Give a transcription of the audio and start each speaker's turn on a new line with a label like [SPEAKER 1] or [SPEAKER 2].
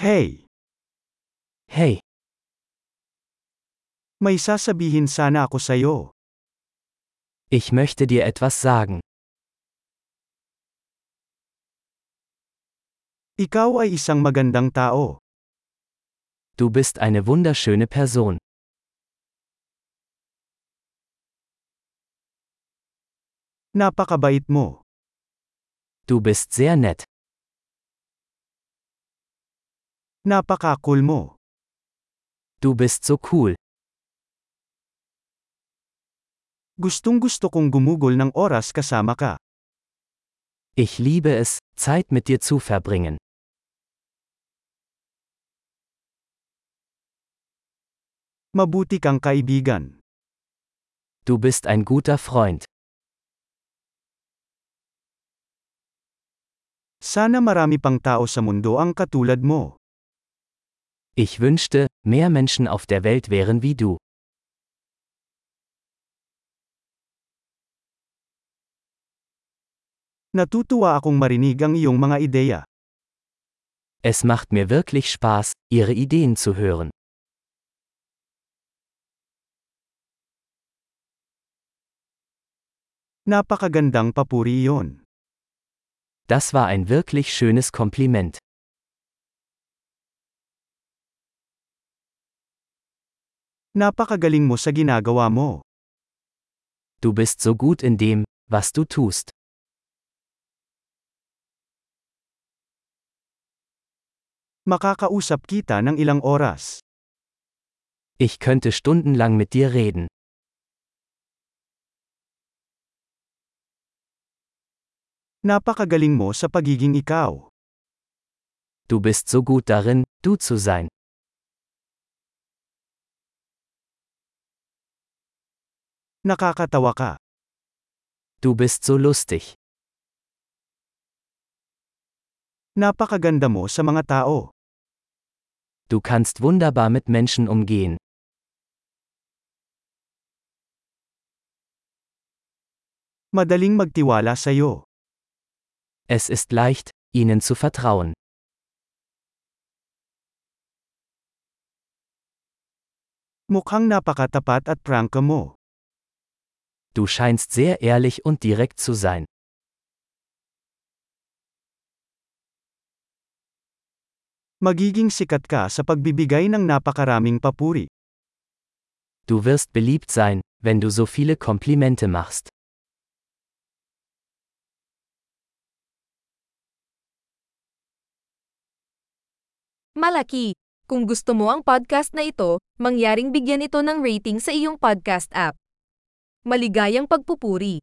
[SPEAKER 1] Hey,
[SPEAKER 2] Hey,
[SPEAKER 1] may sasabihin sana ako sa'yo.
[SPEAKER 2] ich möchte dir etwas sagen.
[SPEAKER 1] Ikaw ay isang magandang tao.
[SPEAKER 2] Du bist eine wunderschöne Person.
[SPEAKER 1] Napakabait mo.
[SPEAKER 2] Du bist sehr nett.
[SPEAKER 1] Napaka-cool mo.
[SPEAKER 2] Du bist so cool.
[SPEAKER 1] Gustong gusto kong gumugol ng oras kasama ka.
[SPEAKER 2] Ich liebe es, Zeit mit dir zu verbringen.
[SPEAKER 1] Mabuti kang kaibigan.
[SPEAKER 2] Du bist ein guter Freund.
[SPEAKER 1] Sana marami pang tao sa mundo ang katulad mo.
[SPEAKER 2] Ich wünschte, mehr Menschen auf der Welt wären wie du.
[SPEAKER 1] Natutuwa akong marinig ang iyong mga ideya.
[SPEAKER 2] Es macht mir wirklich Spaß, ihre Ideen zu hören.
[SPEAKER 1] Napakagandang papuri iyon.
[SPEAKER 2] Das war ein wirklich schönes Kompliment.
[SPEAKER 1] Napakagaling mo sa ginagawa mo.
[SPEAKER 2] Du bist so gut in dem, was du tust.
[SPEAKER 1] Makakausap kita ng ilang oras.
[SPEAKER 2] Ich könnte stundenlang mit dir reden.
[SPEAKER 1] Napakagaling mo sa pagiging ikaw.
[SPEAKER 2] Du bist so gut darin, du zu sein.
[SPEAKER 1] Nakakatawa ka.
[SPEAKER 2] Du bist so lustig.
[SPEAKER 1] Napakaganda mo sa mga tao.
[SPEAKER 2] Du kannst wunderbar mit Menschen umgehen.
[SPEAKER 1] Madaling magtiwala sa iyo.
[SPEAKER 2] Es ist leicht, ihnen zu vertrauen.
[SPEAKER 1] Mukhang napakatapat at prangka mo.
[SPEAKER 2] Du scheinst sehr ehrlich und direkt zu sein.
[SPEAKER 1] Magiging sikat ka sa pagbibigay ng napakaraming papuri.
[SPEAKER 2] Du wirst beliebt sein, wenn du so viele Komplimente machst.
[SPEAKER 3] Malaki! Kung gusto mo ang podcast na ito, mangyaring bigyan ito ng rating sa iyong podcast app. Maligayang pagpupuri!